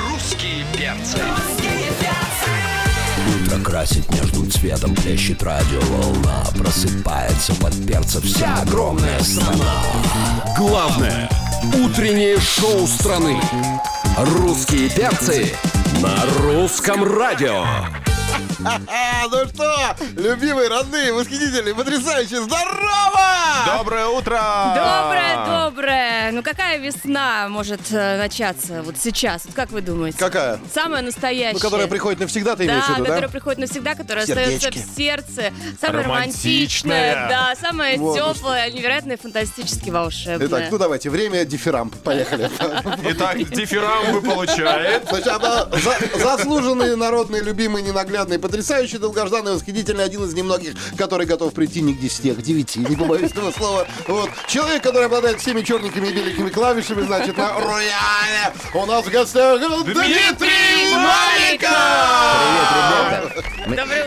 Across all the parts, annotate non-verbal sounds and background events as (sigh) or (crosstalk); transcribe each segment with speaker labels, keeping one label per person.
Speaker 1: Русские перцы.
Speaker 2: Утро красит между цветом, плещет радиоволна Просыпается под перца вся огромная страна
Speaker 3: Главное утреннее шоу страны.
Speaker 2: Русские перцы
Speaker 3: На русском радио.
Speaker 4: А, ну что, любимые, родные, восхитительные, потрясающие, здорово!
Speaker 5: Доброе утро!
Speaker 6: Доброе,
Speaker 5: А.
Speaker 6: доброе. Ну какая весна может э, начаться вот сейчас? Вот как вы думаете?
Speaker 4: Какая?
Speaker 6: Самая настоящая.
Speaker 4: Ну, которая приходит навсегда, ты
Speaker 6: да,
Speaker 4: имеешь в виду,
Speaker 6: которая
Speaker 4: да?
Speaker 6: приходит навсегда, которая
Speaker 4: Сердечки.
Speaker 6: остается в сердце. Самая
Speaker 5: Романтичная.
Speaker 6: романтичная. Да, самая
Speaker 4: Вот уж.
Speaker 6: теплая, невероятная, фантастически волшебная.
Speaker 4: Итак, ну давайте, время дифирамп, (laughs) поехали.
Speaker 5: Итак, дифирамбы получает.
Speaker 4: (laughs) Сначала за- заслуженный, народный, любимый, ненаглядный, потрясающий, долгожданный, восхитительный, один из немногих, который готов прийти не к десяти, а к девяти, не побоюсь этого слова. Вот. Человек, который обладает всеми черненькими и беленькими клавишами, значит, на рояле. У нас в гостях Дмитрий Маликов!
Speaker 6: Доброе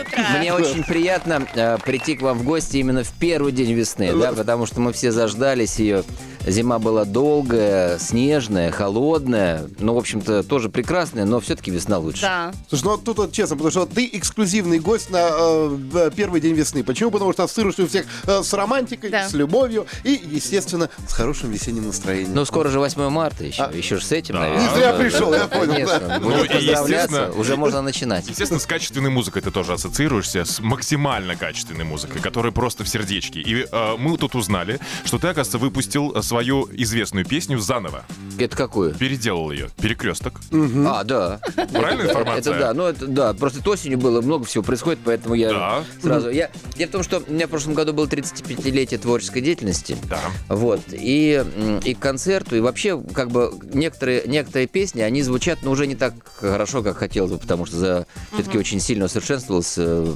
Speaker 4: (laughs)
Speaker 6: утро.
Speaker 7: Мне очень приятно э, прийти к вам в гости именно в первый день весны, да, потому что мы все заждались ее. Зима была долгая, снежная, холодная, ну, в общем-то, тоже прекрасная, но все-таки весна лучше.
Speaker 6: Да.
Speaker 4: Слушай, ну вот тут вот честно, потому что ты эксклюзивный гость на э, в первый день весны. Почему? Потому что ассоциируешься у всех э, с романтикой,
Speaker 6: Да.
Speaker 4: с любовью и, естественно, с хорошим весенним настроением.
Speaker 7: Ну, скоро же 8 марта еще, еще же с этим, наверное.
Speaker 4: А, Не зря пришел, я понял,
Speaker 7: Конечно,
Speaker 4: да.
Speaker 7: будем
Speaker 5: Ну, и,
Speaker 7: поздравляться,
Speaker 5: естественно-
Speaker 7: уже можно начинать.
Speaker 5: Естественно, с качественной музыкой ты тоже ассоциируешься, с максимально качественной музыкой, которая просто в сердечке. И э, мы тут узнали, что ты, оказывается, выпустил э, свою известную песню заново.
Speaker 7: Это какую?
Speaker 5: Переделал ее. Перекресток.
Speaker 7: А, да.
Speaker 5: Правильная
Speaker 7: Это-
Speaker 5: информация?
Speaker 7: Это да, ну это да. Просто осенью было много всего происходит, поэтому я
Speaker 5: Да.
Speaker 7: сразу. Я, я в том, что у меня в прошлом году было 35-летие творческой деятельности.
Speaker 5: Да.
Speaker 7: Вот. И, м, и к концерту, и вообще, как бы, некоторые, некоторые песни, они звучат, но уже не так хорошо, как хотелось бы, потому что за все-таки очень сильно усовершенствовалась э,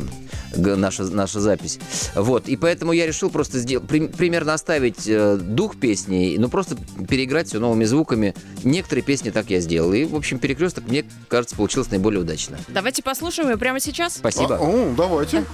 Speaker 7: г- наша, наша запись. Вот. И поэтому я решил просто сдел- при- примерно оставить э, дух песни, но просто переиграть все новыми звуками. Некоторые песни так я сделал. И, в общем, перекресток, мне кажется, получилось наиболее удачно.
Speaker 6: Давайте послушаем ее прямо сейчас.
Speaker 5: типа.
Speaker 7: Спасибо.
Speaker 4: А, О, давайте.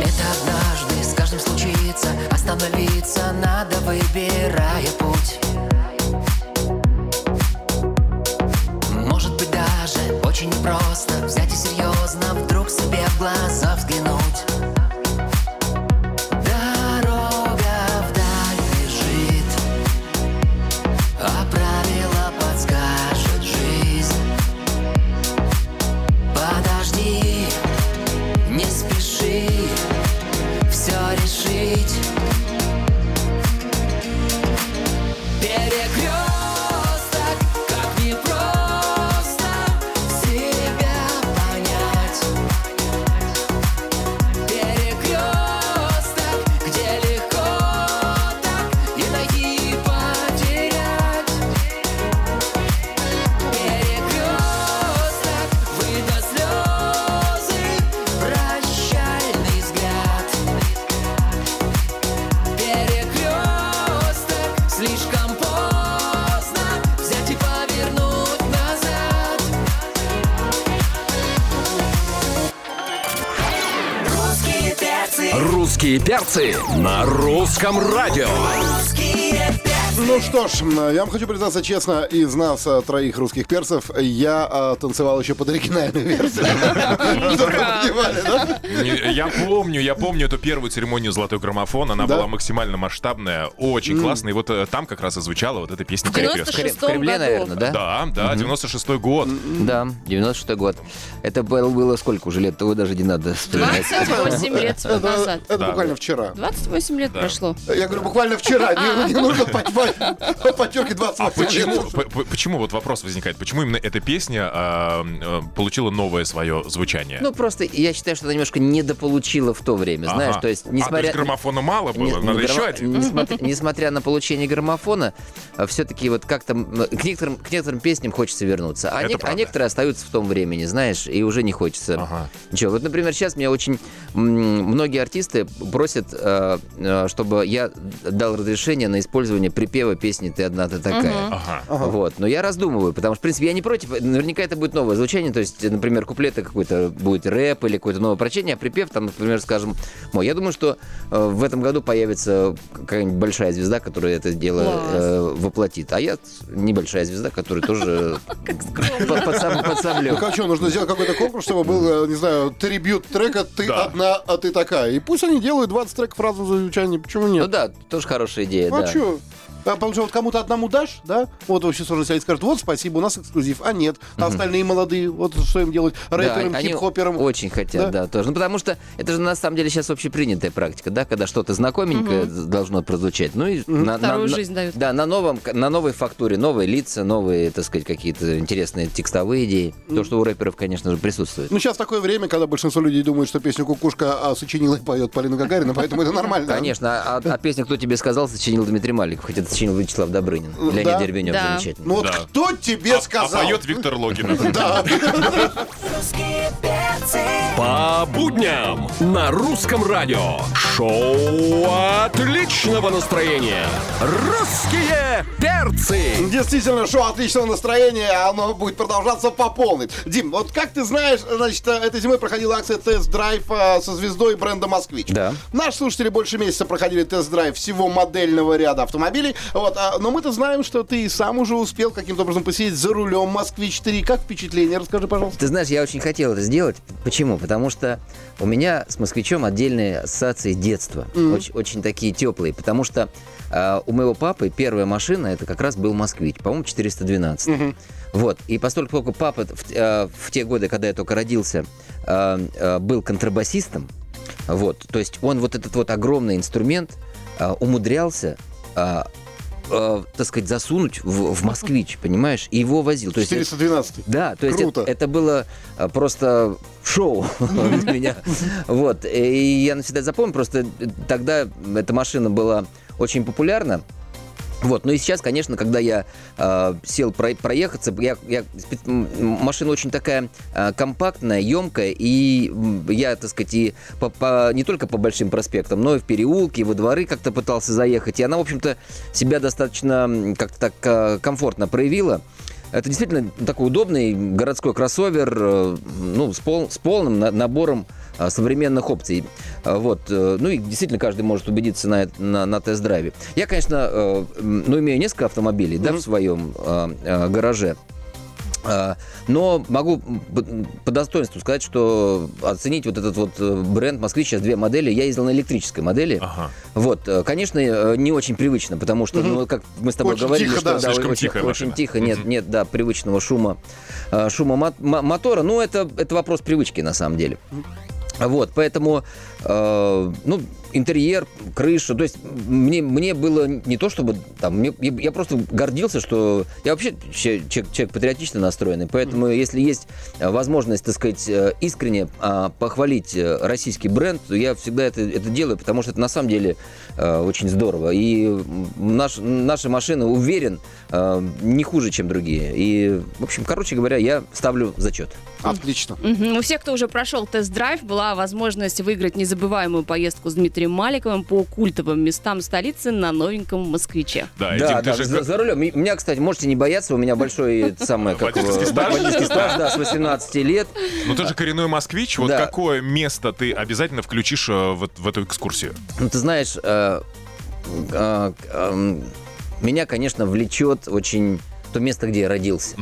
Speaker 8: Это однажды с каждым случится Остановиться надо, выбирая путь Может быть даже очень непросто Взять и серьезно вдруг себе в глаза взглянуть Дорога вдаль лежит А правила подскажет жизнь Подожди, не спеши все решить. Перекресток, как непросто себя понять. Перекресток, где легко так и найти и потерять. Перекресток, вы до слезы, прощальный взгляд. Перекресток, слишком поздно взять и повернуть назад. Русские перцы,
Speaker 2: Русские перцы на русском радио
Speaker 8: русские перцы.
Speaker 4: Ну что ж, м, я вам хочу признаться честно, из нас э, троих русских перцев я э, танцевал еще под оригинальную
Speaker 6: (laughs)
Speaker 4: версию. Чтобы вы понимали, да?
Speaker 5: Не, Я помню, я помню эту первую церемонию «Золотой граммофон». Она
Speaker 4: Да?
Speaker 5: была максимально масштабная, очень классная. И вот э, там как раз и звучала вот эта песня
Speaker 6: В
Speaker 5: «Перекресток».
Speaker 7: В Кре-
Speaker 6: 96
Speaker 7: В Кремле,
Speaker 6: году.
Speaker 7: наверное, да?
Speaker 5: Да, да, 96-й год.
Speaker 7: Да, 96-й год. Это было, было сколько уже лет? Того даже не надо вспоминать.
Speaker 6: 28 лет
Speaker 4: (laughs) Это
Speaker 6: назад.
Speaker 4: это
Speaker 5: Да.
Speaker 4: буквально вчера.
Speaker 6: 28 лет прошло. А.
Speaker 4: Я говорю, буквально вчера, ну не не нужно подпа- (laughs) Подчерки 28.
Speaker 5: А почему, п- п- почему вот вопрос возникает? Почему именно эта песня а, э, получила новое свое звучание?
Speaker 7: Ну, просто я считаю, что она немножко недополучила в то время,
Speaker 5: Э. Ага.
Speaker 7: знаешь, то есть,
Speaker 5: А,
Speaker 7: несмотря...
Speaker 5: граммофона мало
Speaker 7: Не-
Speaker 5: было,
Speaker 7: ну,
Speaker 5: надо
Speaker 7: граммо-
Speaker 5: еще один.
Speaker 7: Несмотря, (laughs) несмотря на получение граммофона, все-таки вот как-то м, ну, к некоторым, к некоторым песням хочется вернуться. А,
Speaker 5: Это
Speaker 7: нек- а
Speaker 5: правда.
Speaker 7: некоторые остаются в том времени, знаешь, и уже не хочется
Speaker 5: Ага.
Speaker 7: ничего. Вот, например, сейчас меня очень м, многие артисты просят, э, э, чтобы я дал разрешение на использование припева песни «Ты одна, ты такая».
Speaker 5: Ага.
Speaker 7: Вот. Но я раздумываю, потому что, в принципе, я не против. Наверняка это будет новое звучание. То есть, например, куплеты какой-то будет рэп или какое-то новое прочтение, а припев там, например, скажем, мой. Я думаю, что э, в этом году появится какая-нибудь большая звезда, которая это дело э, воплотит. А я небольшая звезда, которая тоже под- подсам- подсомлёт.
Speaker 4: Ну как что, нужно сделать какой-то конкурс, чтобы был, э, не знаю, трибют трека «Ты
Speaker 5: Да.
Speaker 4: одна, а ты такая». И пусть они делают 20 треков разом звучания, почему
Speaker 7: Ну
Speaker 4: нет?
Speaker 7: да, тоже хорошая идея,
Speaker 4: а
Speaker 7: да.
Speaker 4: что? потому что вот кому-то одному дашь, да, вот вообще сложно сядет и скажет, вот, спасибо, у нас эксклюзив. А нет, а остальные молодые, вот что им делать, рэперам,
Speaker 7: Да, они
Speaker 4: хип-хоперам.
Speaker 7: Очень хотят, да? тоже. Ну, потому что это же на самом деле сейчас общепринятая практика, да, когда что-то знакоменькое должно прозвучать. Ну и на, на-
Speaker 6: Вторую
Speaker 7: на-
Speaker 6: жизнь дают.
Speaker 7: Да, на новом, на новой фактуре, новые лица, новые, так сказать, какие-то интересные текстовые идеи. То, что у рэперов, конечно же, присутствует.
Speaker 4: Ну, сейчас такое время, когда большинство людей думают, что песню «Кукушка» а, сочинила и поет Полина Гагарина, поэтому это нормально.
Speaker 7: Конечно, а, а песня «Кто тебе сказал» сочинил Дмитрий Маликов, хотя это сочинил Вячеслав Добрынин. Леонид
Speaker 4: да.
Speaker 7: Дербенев
Speaker 6: Да.
Speaker 7: замечательно.
Speaker 4: Ну вот
Speaker 5: Да.
Speaker 4: кто тебе
Speaker 5: А-
Speaker 4: сказал?
Speaker 5: А поет Виктор Логинов.
Speaker 4: Да.
Speaker 8: Русские перцы.
Speaker 3: По будням на русском радио. Шоу отличного настроения. Русские перцы.
Speaker 4: Действительно, шоу отличного настроения, а оно будет продолжаться по полной. Дим, вот как ты знаешь, значит, э, этой зимой проходила акция тест-драйв э, со звездой бренда «Москвич».
Speaker 7: Да.
Speaker 4: Наши слушатели больше месяца проходили тест-драйв всего модельного ряда автомобилей, вот, а, но мы-то знаем, что ты и сам уже успел каким-то образом посидеть за рулем «Москвич-4». Как впечатление? Расскажи, пожалуйста.
Speaker 7: Ты знаешь, я очень хотел это сделать. Почему? Потому что у меня с москвичом отдельные ассоциации детства. Очень, очень такие теплые. Потому что э, у моего папы первая машина это как раз был москвич, по-моему, 412. Вот. И поскольку только папа в, э, в те годы, когда я только родился, э, э, был контрабасистом, вот, то есть он вот этот вот огромный инструмент э, умудрялся. э, э, так сказать, засунуть в, в москвич, понимаешь, и его возил. То есть это-
Speaker 4: 412
Speaker 7: да, то есть
Speaker 4: Круто.
Speaker 7: это, это было э, просто шоу (laughs) для меня. Вот. И я навсегда запомнил, просто тогда эта машина была очень популярна. Вот, ну и сейчас, конечно, когда я э, сел про- проехаться, я, я спе- м, машина очень такая э, компактная, емкая, и м, я, так сказать, и по- по- не только по большим проспектам, но и в переулки, и во дворы как-то пытался заехать, и она, в общем-то, себя достаточно м, как-то так э, комфортно проявила. Это действительно такой удобный городской кроссовер, э, ну, с, пол- с полным на- набором а, современных опций. А, Вот. э, Ну и действительно каждый может убедиться на, эт- на, на тест-драйве. Я, конечно, э, м, ну, имею несколько автомобилей да, в своем э, э, гараже. А, Но могу м, по- по достоинству сказать, что оценить вот этот вот э, бренд «Москвич» сейчас две модели. Я ездил на электрической модели.
Speaker 4: А.
Speaker 5: Ага.
Speaker 7: Вот, э, конечно, э, не очень привычно, потому что, ну, как мы с тобой
Speaker 4: Очень
Speaker 7: говорили,
Speaker 4: тихо,
Speaker 7: что
Speaker 4: да,
Speaker 5: слишком
Speaker 7: очень,
Speaker 5: тихая
Speaker 7: очень
Speaker 5: машина.
Speaker 7: тихо, нет, нет, да, привычного шума, э, шума мот- мо- мотора. Ну, это, это вопрос привычки на самом деле. Вот, поэтому, э, ну, интерьер, крыша, то есть мне, мне было не то чтобы там, мне- я, я просто гордился, что я вообще че- человек, человек патриотично настроенный, поэтому если есть э, возможность, так сказать, э, искренне а, похвалить э, российский бренд, то я всегда это, это делаю, потому что это на самом деле э, очень здорово. И м, наш, наши машины, уверен, э, не хуже, чем другие. И, в общем, короче говоря, я ставлю зачет.
Speaker 4: Отлично.
Speaker 6: Мгм. У всех, кто уже прошел тест-драйв, была возможность выиграть незабываемую поездку с Дмитрием Маликовым по культовым местам столицы на новеньком «Москвиче».
Speaker 5: Да, и,
Speaker 7: Да,
Speaker 5: А, Дим, ты
Speaker 7: да,
Speaker 5: же
Speaker 7: за,
Speaker 5: г-
Speaker 7: за рулем. И- Меня, кстати, можете не бояться, у меня большой это самое, как его-
Speaker 5: Водительский стаж?
Speaker 7: водительский стаж, да, с 18 лет.
Speaker 5: Ну ты же коренной москвич, вот
Speaker 7: Да.
Speaker 5: какое место ты обязательно включишь э, вот в эту экскурсию?
Speaker 7: Ну, ты знаешь, э, э, эм, меня, конечно, влечет очень то место, где я родился.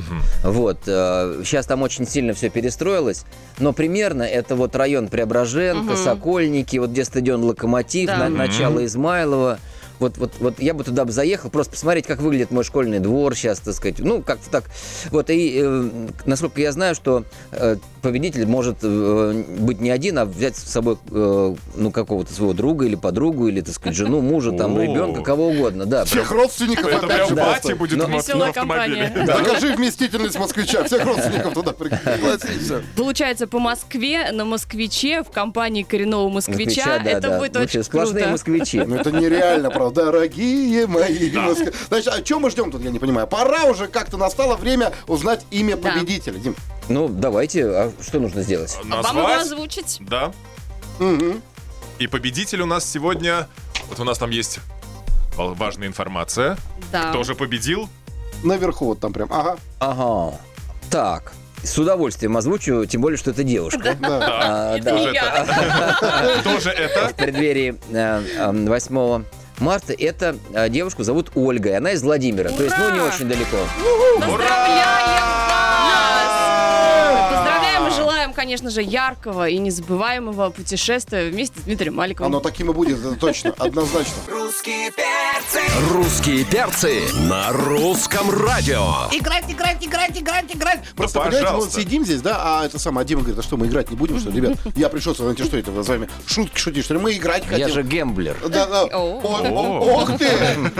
Speaker 7: Вот. сейчас там очень сильно все перестроилось, но примерно это вот район Преображенка,
Speaker 6: Мгм.
Speaker 7: Сокольники, вот где стадион Локомотив,
Speaker 6: Да.
Speaker 7: на- начало Измайлова. вот, вот, вот я бы туда бы заехал, просто посмотреть, как выглядит мой школьный двор сейчас, так сказать. Ну, как-то так. Вот, и э, насколько я знаю, что э, победитель может э, быть не один, а взять с собой, э, ну, какого-то своего друга или подругу, или, так
Speaker 6: (laughs)
Speaker 7: сказать, жену, мужа, там,
Speaker 5: О.
Speaker 7: ребенка, кого угодно, да.
Speaker 4: Всех родственников
Speaker 5: Это
Speaker 4: опять
Speaker 5: прям
Speaker 4: же.
Speaker 7: да,
Speaker 5: батя
Speaker 7: стой.
Speaker 5: будет
Speaker 7: Но-
Speaker 5: в мот- в
Speaker 6: Веселая
Speaker 5: автомобиле.
Speaker 6: компания.
Speaker 4: Докажи вместительность москвича. Всех родственников туда пригласить.
Speaker 6: Получается, по Москве на москвиче в компании коренного москвича
Speaker 7: да,
Speaker 6: это
Speaker 7: да. Ну,
Speaker 6: будет
Speaker 7: Вообще,
Speaker 6: очень
Speaker 7: сплошные
Speaker 6: круто.
Speaker 7: москвичи.
Speaker 4: Ну это нереально, правда. Дорогие мои. моск- Значит, а чем мы ждем тут, я не понимаю. Пора уже как-то настало время узнать имя
Speaker 6: Да.
Speaker 4: победителя. Дим.
Speaker 7: Ну, давайте, а что нужно сделать?
Speaker 6: А Вам его
Speaker 5: Назвать?
Speaker 6: озвучить?
Speaker 5: Да.
Speaker 4: Мгм.
Speaker 5: И победитель у нас сегодня... Вот у нас там есть вал- важная информация.
Speaker 7: А.
Speaker 6: Да.
Speaker 5: Тоже победил.
Speaker 4: Наверху вот там прям. Ага.
Speaker 7: Ага. Так, с удовольствием озвучу, тем более, что это девушка.
Speaker 4: Да.
Speaker 7: А, да.
Speaker 5: Тоже это. Тоже это.
Speaker 7: в преддверии э, э, 8 марта. Это э, девушку зовут Ольга, и она из Владимира. То есть, ну, не
Speaker 6: Ура!
Speaker 7: очень далеко.
Speaker 6: Поздравляем вас! Поздравляем и желаем, конечно же, яркого и незабываемого путешествия вместе с Дмитрием Маликовым.
Speaker 4: Оно таким и будет, это точно, однозначно.
Speaker 8: Русские перцы.
Speaker 2: Русские перцы на русском радио.
Speaker 8: Играть, играть, играть, играть, играть.
Speaker 4: Просто,
Speaker 5: Да,
Speaker 4: понимаете, мы вот
Speaker 5: пожалуйста.
Speaker 4: сидим здесь, да, а это самое, а Дима говорит, а что, мы играть не будем, что ли, ребят? Я пришел, знаете, что это, вы с вами шутки шутишь, что ли? мы играть хотим.
Speaker 7: Я же гемблер.
Speaker 4: Да, да.
Speaker 6: О.
Speaker 4: О, о, Ох ты!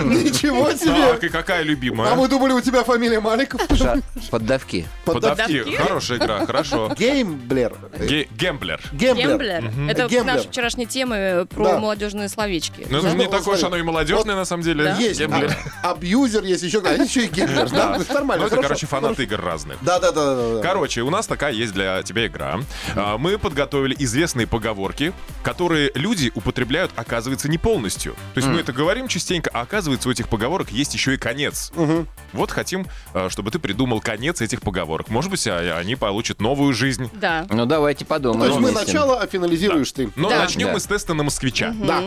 Speaker 4: Ничего
Speaker 5: Так,
Speaker 4: себе!
Speaker 5: и какая любимая?
Speaker 4: А мы думали, у тебя фамилия Маликов.
Speaker 7: Ша- Поддавки.
Speaker 5: Подавки. Хорошая игра, хорошо.
Speaker 4: Геймблер.
Speaker 5: Ге- Гемблер.
Speaker 4: Гемблер.
Speaker 6: Гемблер. Это
Speaker 4: Гемблер.
Speaker 6: наша вчерашняя тема э, про
Speaker 4: Да.
Speaker 6: молодежные словечки.
Speaker 5: Ну, это же
Speaker 4: Ну,
Speaker 5: не
Speaker 4: вот
Speaker 5: такое уж
Speaker 4: смотри.
Speaker 5: оно и молодежное, на самом деле.
Speaker 4: Есть.
Speaker 5: Гемблер.
Speaker 4: а- Абьюзер есть еще. А еще и гемблер. Да,
Speaker 5: Ну,
Speaker 4: нормально.
Speaker 5: это,
Speaker 4: хорошо.
Speaker 5: короче, фанаты игр разных.
Speaker 4: Да, да, да, да, да.
Speaker 5: Короче, у нас такая есть для тебя игра. А, Мы подготовили известные поговорки, которые люди употребляют, оказывается, не полностью. То есть мы это говорим частенько, а оказывается, у этих поговорок есть еще и конец. Вот хотим, а, чтобы ты придумал конец этих поговорок. Может быть, а- они получат новую жизнь.
Speaker 6: Да.
Speaker 7: Ну, давайте
Speaker 4: То есть
Speaker 7: подумаем.
Speaker 4: мы
Speaker 7: вместе.
Speaker 4: начало, а финализируешь ты.
Speaker 5: Но
Speaker 6: Да.
Speaker 5: начнем
Speaker 7: Да.
Speaker 5: мы с теста на москвича.
Speaker 4: Да.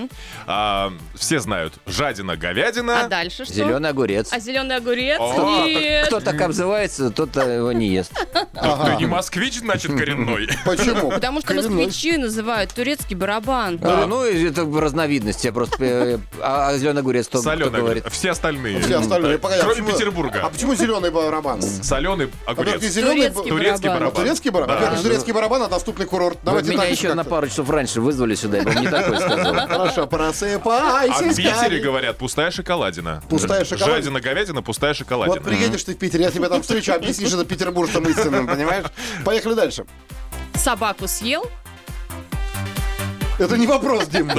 Speaker 5: А, все знают, жадина, говядина.
Speaker 6: А дальше что?
Speaker 7: Зеленый огурец.
Speaker 6: А зеленый огурец
Speaker 5: О,
Speaker 6: и...
Speaker 7: Кто так обзывается, тот э, его не ест.
Speaker 5: Так Ты не москвич, значит,
Speaker 4: (laughs)
Speaker 5: коренной.
Speaker 4: Почему?
Speaker 6: Потому что
Speaker 4: Коренной.
Speaker 6: москвичи называют турецкий барабан.
Speaker 7: А, Ну, и это разновидность. Я просто... э, А зеленый огурец, кто кто
Speaker 5: Соленый
Speaker 7: говорит?
Speaker 5: огурец. Все остальные.
Speaker 4: Все остальные.
Speaker 5: Так,
Speaker 4: Погоди, а
Speaker 5: Кроме
Speaker 4: почему-
Speaker 5: Петербурга.
Speaker 4: А почему зеленый барабан?
Speaker 5: Соленый
Speaker 4: Во-первых, А не
Speaker 5: огурец.
Speaker 4: зеленый
Speaker 6: Турецкий
Speaker 4: б-
Speaker 5: Турецкий
Speaker 6: барабан.
Speaker 5: барабан.
Speaker 4: Турецкий барабан?
Speaker 5: Да.
Speaker 4: Во-первых, турецкий барабан, а доступный курорт.
Speaker 7: Вот
Speaker 4: Давайте
Speaker 7: меня
Speaker 4: дальше
Speaker 7: еще на
Speaker 4: как-то. А,
Speaker 7: пару часов раньше вызвали сюда,
Speaker 4: (laughs)
Speaker 7: я вам не такое сказал.
Speaker 4: Хорошо,
Speaker 5: А в
Speaker 4: просыпайся,
Speaker 5: Питере
Speaker 4: Скай.
Speaker 5: говорят пустая шоколадина.
Speaker 4: Пустая шоколадина?
Speaker 5: Жадина говядина, пустая
Speaker 4: Вот
Speaker 5: шоколадина.
Speaker 4: приедешь ты в Питер, я тебя там
Speaker 5: (laughs)
Speaker 4: встречу, объяснишь это петербуржцам истинным, понимаешь? Поехали дальше.
Speaker 6: Собаку съел?
Speaker 4: Это не вопрос, Дим.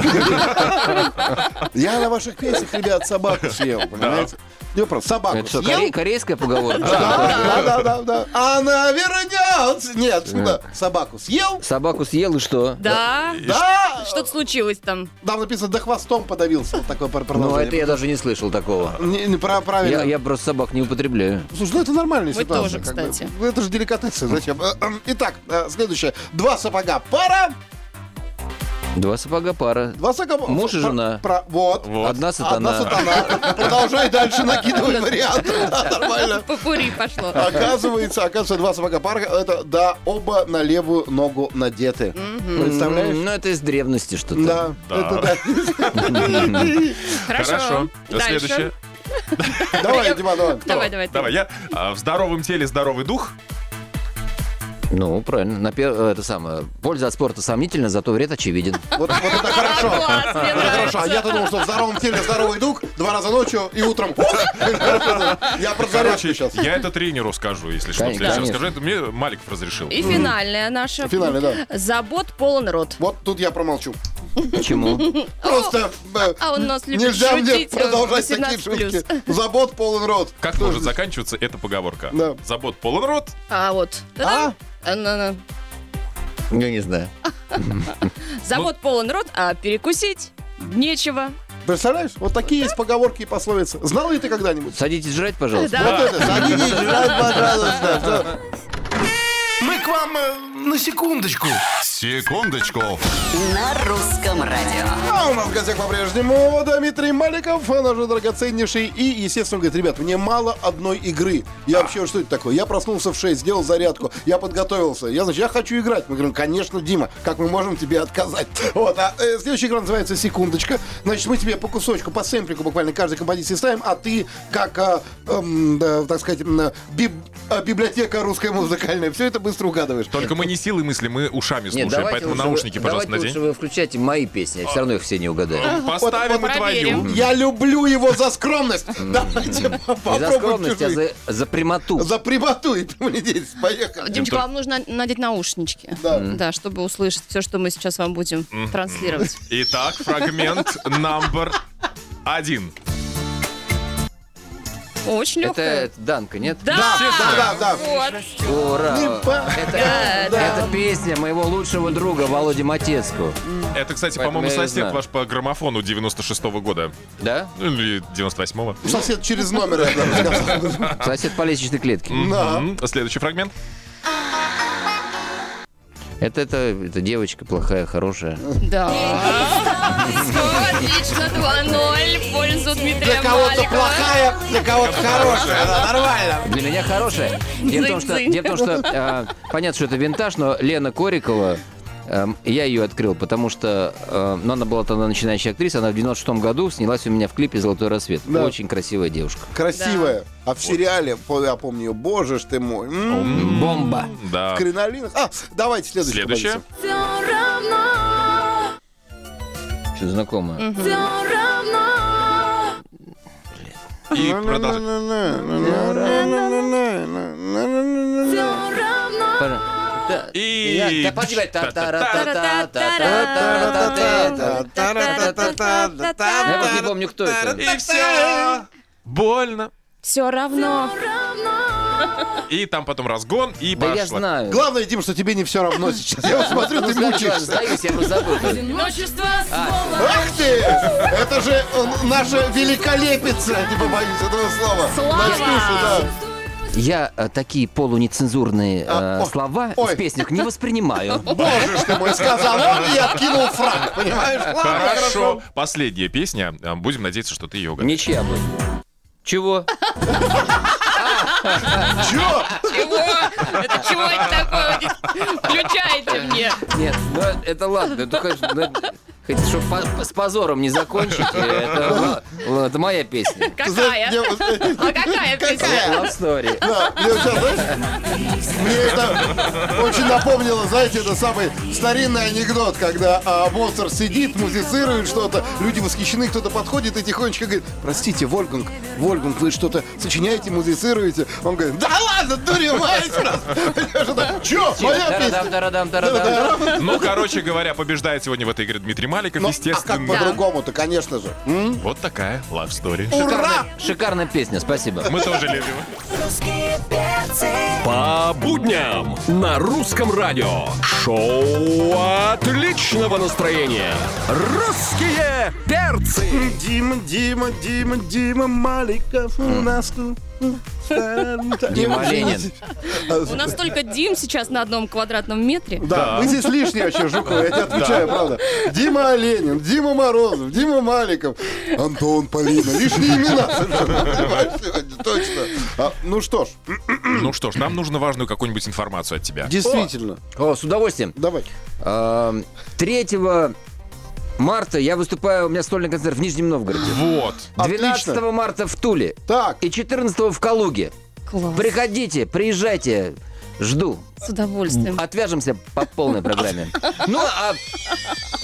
Speaker 4: Я на ваших песнях, ребят, собаку съел, понимаете? Не вопрос, собаку
Speaker 7: Это что,
Speaker 4: съел.
Speaker 7: коре- корейская поговорка?
Speaker 4: Да, да, да, да. Она вернется. Нет, да. собаку съел.
Speaker 7: Собаку съел и что?
Speaker 6: Да.
Speaker 4: Да,
Speaker 6: Что-то случилось там.
Speaker 4: там написано, да хвостом подавился. Вот такое пр-
Speaker 7: Ну, это
Speaker 4: продолжение.
Speaker 7: я даже не слышал такого.
Speaker 4: Не- не пра-
Speaker 7: Я,
Speaker 4: Правильно.
Speaker 7: я просто собак не употребляю.
Speaker 4: Слушай, ну это нормальная
Speaker 6: Мы
Speaker 4: ситуация.
Speaker 6: тоже,
Speaker 4: как бы.
Speaker 6: кстати.
Speaker 4: Ну, Это же деликатесы, зачем? Э, э, Итак, э, следующее. Два сапога пара,
Speaker 7: Два сапога пара.
Speaker 4: два сапога...
Speaker 7: Муж и
Speaker 4: пра-
Speaker 7: жена.
Speaker 4: пра- Вот.
Speaker 7: Одна
Speaker 4: Одна
Speaker 7: сатана.
Speaker 4: сатана. Продолжай дальше накидывать варианты. Да, Нормально.
Speaker 6: Попури пошло.
Speaker 4: А, Оказывается, оказывается, два собака пара, это да, оба на левую ногу надеты. Представляешь?
Speaker 7: М, Ну, это из древности что-то.
Speaker 4: Да, это
Speaker 6: Хорошо.
Speaker 5: Хорошо.
Speaker 6: Дальше.
Speaker 5: Следующее.
Speaker 4: да. Давай, Дима, давай.
Speaker 6: Давай, давай. ты.
Speaker 5: Давай, я. А, в здоровом теле здоровый дух.
Speaker 7: Ну, правильно. На пер- э, Это самое. Польза от спорта сомнительна, зато вред очевиден.
Speaker 4: Вот, вот это
Speaker 6: А,
Speaker 4: хорошо.
Speaker 6: класс, мне
Speaker 4: Это
Speaker 6: нравится.
Speaker 4: Хорошо, а я-то думал, что в здоровом теле здоровый дух, два раза ночью и утром. Я про зарядку
Speaker 5: Короче,
Speaker 4: сейчас.
Speaker 5: я это тренеру скажу, если что. в
Speaker 7: Конечно.
Speaker 5: следующий раз скажу. Это мне Маликов разрешил.
Speaker 6: И финальная наша.
Speaker 4: Финальная, да.
Speaker 6: Забот полон рот.
Speaker 4: Вот тут я промолчу. (laughs)
Speaker 7: Почему?
Speaker 4: Просто э,
Speaker 6: А он нас любит
Speaker 4: нельзя мне
Speaker 6: шутить. э,
Speaker 4: продолжать такие
Speaker 6: 18
Speaker 4: шутки. Забот полон рот.
Speaker 5: Как
Speaker 4: Что
Speaker 5: может
Speaker 4: же-
Speaker 5: заканчиваться эта поговорка?
Speaker 4: Да.
Speaker 5: Забот полон рот.
Speaker 6: А вот.
Speaker 4: А?
Speaker 6: Та-дам. А, на-на.
Speaker 7: Я не знаю.
Speaker 6: Забот
Speaker 4: Ну.
Speaker 6: полон рот, а перекусить нечего.
Speaker 4: Представляешь? Вот такие есть поговорки и пословицы. Знал ли ты когда-нибудь?
Speaker 7: Садитесь жрать, пожалуйста.
Speaker 6: Да.
Speaker 4: Вот это, садитесь, жрать, пожалуйста. Что- э,
Speaker 2: Мы к вам на секундочку.
Speaker 1: Секундочку.
Speaker 9: На русском радио.
Speaker 4: А у нас в гостях по-прежнему Дмитрий Маликов, наш драгоценнейший. И, естественно, говорит, ребят, мне мало одной игры. Я вообще, что это такое? Я проснулся в 6, сделал зарядку, я подготовился. Я, значит, я хочу играть. Мы говорим, конечно, Дима, как мы можем тебе отказать? Вот, а э, следующая игра называется «Секундочка». Значит, мы тебе по кусочку, по сэмплику буквально каждой композиции ставим, а ты, как, а, эм, да, так сказать, м, а, биб- а, библиотека русская музыкальная, все это быстро угадываешь.
Speaker 5: Только мы не силой мысли, мы ушами слушаем,
Speaker 7: ну давайте
Speaker 5: поэтому
Speaker 7: лучше вы-
Speaker 5: наушники, пожалуйста,
Speaker 7: давайте
Speaker 5: надень.
Speaker 7: лучше вы включайте мои песни, я все равно их все не угадаю.
Speaker 5: Поставим и
Speaker 6: Вот-
Speaker 5: твою.
Speaker 6: проверим.
Speaker 4: Я люблю его за скромность. (laughs) Давайте
Speaker 7: Не за
Speaker 4: попробуем
Speaker 7: скромность, а
Speaker 4: чужие.
Speaker 7: за, за прямоту.
Speaker 4: За прямоту и приблизились. Поехали.
Speaker 6: Димочка, вам нужно надеть наушнички.
Speaker 4: Да.
Speaker 6: Да, чтобы услышать все, что мы сейчас вам будем
Speaker 4: (laughs)
Speaker 6: транслировать.
Speaker 5: Итак, фрагмент number один.
Speaker 6: Очень
Speaker 7: Это,
Speaker 6: легкая.
Speaker 7: это Данка, нет?
Speaker 4: Да, да, да.
Speaker 6: Вот.
Speaker 7: Ура! Это,
Speaker 6: А. да.
Speaker 7: это песня моего лучшего друга Володи Матецкого.
Speaker 5: Это, кстати,
Speaker 7: Поэтому
Speaker 5: по-моему,
Speaker 7: я не
Speaker 5: сосед
Speaker 7: знаю.
Speaker 5: ваш по граммофону 96-го года.
Speaker 7: Да?
Speaker 5: Ну, или 98-го.
Speaker 4: Сосед через номер я бы сказал.
Speaker 7: Сосед по лестничной клетке.
Speaker 4: Да.
Speaker 5: М, Следующий фрагмент.
Speaker 7: Это, это, это девочка плохая, хорошая.
Speaker 6: Да. Всё, Отлично, 2-0 в пользу Дмитрия
Speaker 4: Для кого-то
Speaker 6: Маликова.
Speaker 4: плохая, для кого-то хорошая. Да, нормально.
Speaker 7: Для меня хорошая.
Speaker 4: (laughs)
Speaker 7: Дело в том, что,
Speaker 6: Дзынь-дзынь.
Speaker 7: дело в том, что э, понятно, что это винтаж, но Лена Корикова, э, я ее открыл, потому что э, ну, она была тогда начинающая актриса, она в 96-м году снялась у меня в клипе «Золотой рассвет».
Speaker 4: Да.
Speaker 7: Очень красивая девушка.
Speaker 4: Красивая. А в сериале, по- я помню ее, боже ж ты мой. М,
Speaker 7: Бомба!
Speaker 5: Да.
Speaker 4: Кринолин. А, давайте следующую.
Speaker 5: Следующее.
Speaker 4: композицию.
Speaker 7: Что-то знакомое. Ну,
Speaker 5: И продолжаем.
Speaker 7: Пора- Да,
Speaker 5: И-
Speaker 7: я- да, подожди, та-та-та-та-та-та-та-та-та-та. Я вот не помню, кто это.
Speaker 5: И все. Больно.
Speaker 6: Все равно.
Speaker 5: И там потом разгон, и
Speaker 7: Да я
Speaker 5: пошла.
Speaker 7: знаю.
Speaker 4: Главное, Дим, что тебе не все равно сейчас. Я вот смотрю, ты
Speaker 7: Ладно, ладно,
Speaker 4: мучаешься.
Speaker 7: Сдаюсь, я просто забыл.
Speaker 4: Ах ты! Это же э, наша великолепица, не побоюсь этого слова.
Speaker 6: Слава!
Speaker 4: Настюша,
Speaker 7: Я э, такие полунецензурные э,
Speaker 4: А, о,
Speaker 7: слова
Speaker 4: ой.
Speaker 7: в песнях не
Speaker 4: (laughs)
Speaker 7: воспринимаю.
Speaker 4: да. Боже ж ты мой, сказал он и откинул фраг, понимаешь? Ладно,
Speaker 5: Хорошо. Последняя песня. Э, Будем надеяться, что ты ее угадаешь.
Speaker 7: Ничья будет. Чего?
Speaker 4: Чё?
Speaker 6: Чего? Это чего это такое? Вот Включайте мне.
Speaker 7: Нет, ну это ладно. Ну, конечно, ну, хоть чтоб по- с позором не
Speaker 4: (laughs)
Speaker 7: закончить, э, это, л- л- это моя песня.
Speaker 4: Ты знаешь,
Speaker 6: Какая?
Speaker 4: мне вот- э,
Speaker 6: А какая песня?
Speaker 4: Какая?
Speaker 7: Love story.
Speaker 4: Да, мне вот сейчас, знаешь, мне это очень напомнило, знаете, это самый старинный анекдот, когда а, монстр сидит, музицирует что-то, люди восхищены, кто-то подходит и тихонечко говорит, простите, Вольганг, Вольганг, вы что-то сочиняете, музицируете? Он говорит, да ладно, дурью мать раз!» Понимаешь, это, Чё, моя
Speaker 7: Тарадам,
Speaker 4: песня?
Speaker 7: тарадам, тарадам.
Speaker 4: Да.
Speaker 5: Ну, короче говоря, побеждает сегодня в этой игре Дмитрий Маликов,
Speaker 4: Ну, а как
Speaker 5: естественно.
Speaker 4: по-другому-то, конечно же. М?
Speaker 5: Вот такая love story.
Speaker 4: Ура!
Speaker 7: Шикарная песня, спасибо.
Speaker 5: Мы тоже любим.
Speaker 1: Русские перцы.
Speaker 3: По будням на русском радио. Шоу отличного настроения. Русские перцы.
Speaker 4: Дима, Дима, Дима, Дима Маликов у нас тут.
Speaker 7: Дима Ленин.
Speaker 6: У нас только Дим сейчас на одном квадратном метре.
Speaker 4: Да, вы здесь лишние вообще, Жукова, я тебе отвечаю, правда. Дима Оленин, Дима Морозов, Дима Маликов, Антон Полина. Лишние имена совершенно, понимаешь, сегодня, точно. А, Ну что ж,
Speaker 5: Ну что ж, нам нужно важную какую-нибудь информацию от тебя.
Speaker 4: действительно,
Speaker 7: О, с удовольствием.
Speaker 4: давай.
Speaker 7: Эм, 3 марта я выступаю, у меня стольный концерт в Нижнем Новгороде.
Speaker 5: Вот.
Speaker 7: 12
Speaker 4: Отлично.
Speaker 7: марта в Туле
Speaker 4: Так,
Speaker 7: и 14 в Калуге.
Speaker 6: Класс.
Speaker 7: Приходите, приезжайте, жду.
Speaker 6: С удовольствием.
Speaker 7: Отвяжемся по полной программе. Ну, а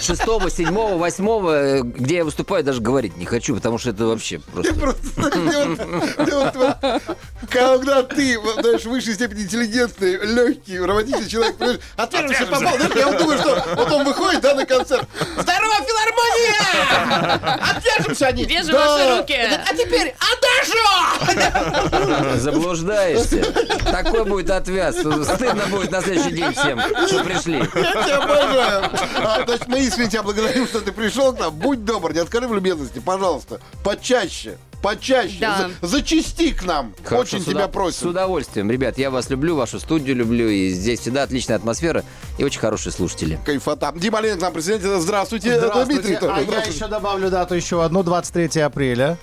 Speaker 7: 6, 7, 8, э, где я выступаю, даже говорить не хочу, потому что это вообще просто...
Speaker 4: Просто, мне вот- мне вот- вот, Когда ты, вот, знаешь, в высшей степени интеллигентный, легкий, романтичный человек, понимаешь, отвяжешься попал, знаешь, я вот думаю, что вот а он выходит, да, на концерт. Здорово, филармония! Отвяжемся они!
Speaker 6: Вижу
Speaker 4: Да.
Speaker 6: ваши руки.
Speaker 4: А теперь отдашь!
Speaker 7: Заблуждаешься. Такой будет отвяз. что Стыдно будет на следующий день всем, что пришли.
Speaker 4: Я тебя обожаю. А, значит, мы искренне тебя благодарим, что ты пришел к нам. Будь добр, не откажи в любезности, пожалуйста, почаще. почаще,
Speaker 6: Да.
Speaker 4: за- зачасти к нам.
Speaker 7: Хорошо,
Speaker 4: Очень
Speaker 7: с
Speaker 4: тебя
Speaker 7: уда- С
Speaker 4: просим.
Speaker 7: удовольствием, ребят. Я вас люблю, вашу студию люблю. И здесь всегда отличная атмосфера и очень хорошие слушатели.
Speaker 4: Кайфота. Дима Ленин к нам президент. Здравствуйте, Дмитрий.
Speaker 10: Здравствуйте. А я
Speaker 4: Здравствуйте.
Speaker 10: еще добавлю дату еще одну, 23 апреля.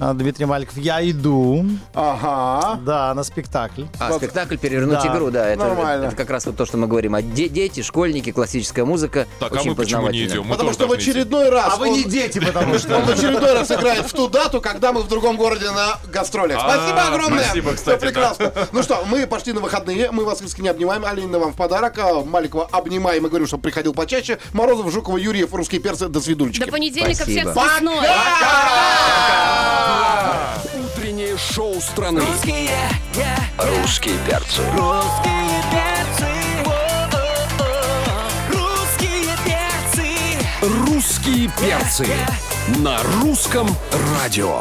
Speaker 10: А, Дмитрий Мальков, я иду,
Speaker 4: Ага.
Speaker 10: да, на спектакль.
Speaker 7: А, спектакль «Перевернуть
Speaker 10: Да,
Speaker 7: игру», да, это,
Speaker 4: нормально.
Speaker 7: это как раз вот то, что мы говорим. А де- дети, школьники, классическая музыка,
Speaker 5: Так, а
Speaker 7: очень
Speaker 5: мы почему не
Speaker 7: познавательно.
Speaker 5: идем? Мы
Speaker 4: Потому
Speaker 5: тоже
Speaker 4: что в
Speaker 5: должны идти.
Speaker 4: очередной раз...
Speaker 10: А вы
Speaker 4: он-
Speaker 10: не дети, потому (laughs)
Speaker 4: Он в
Speaker 10: что...
Speaker 4: очередной раз играет в ту дату, когда мы в другом городе на гастролях.
Speaker 5: А,
Speaker 4: Спасибо огромное.
Speaker 5: спасибо,
Speaker 4: Всё
Speaker 5: кстати,
Speaker 4: прекрасно. Ну что, мы пошли на выходные. Мы вас не обнимаем. Алина вам в подарок. а Маликова обнимаем и говорим, чтобы приходил почаще. Морозов, Жукова, Юрьев, русские перцы. До свидульчики.
Speaker 6: До понедельника
Speaker 7: Спасибо.
Speaker 6: всех с весной.
Speaker 3: Утреннее шоу страны.
Speaker 8: Русские, я,
Speaker 3: Русские перцы.
Speaker 8: русские перцы. О-о-о. Русские перцы.
Speaker 3: Русские перцы. На русском радио.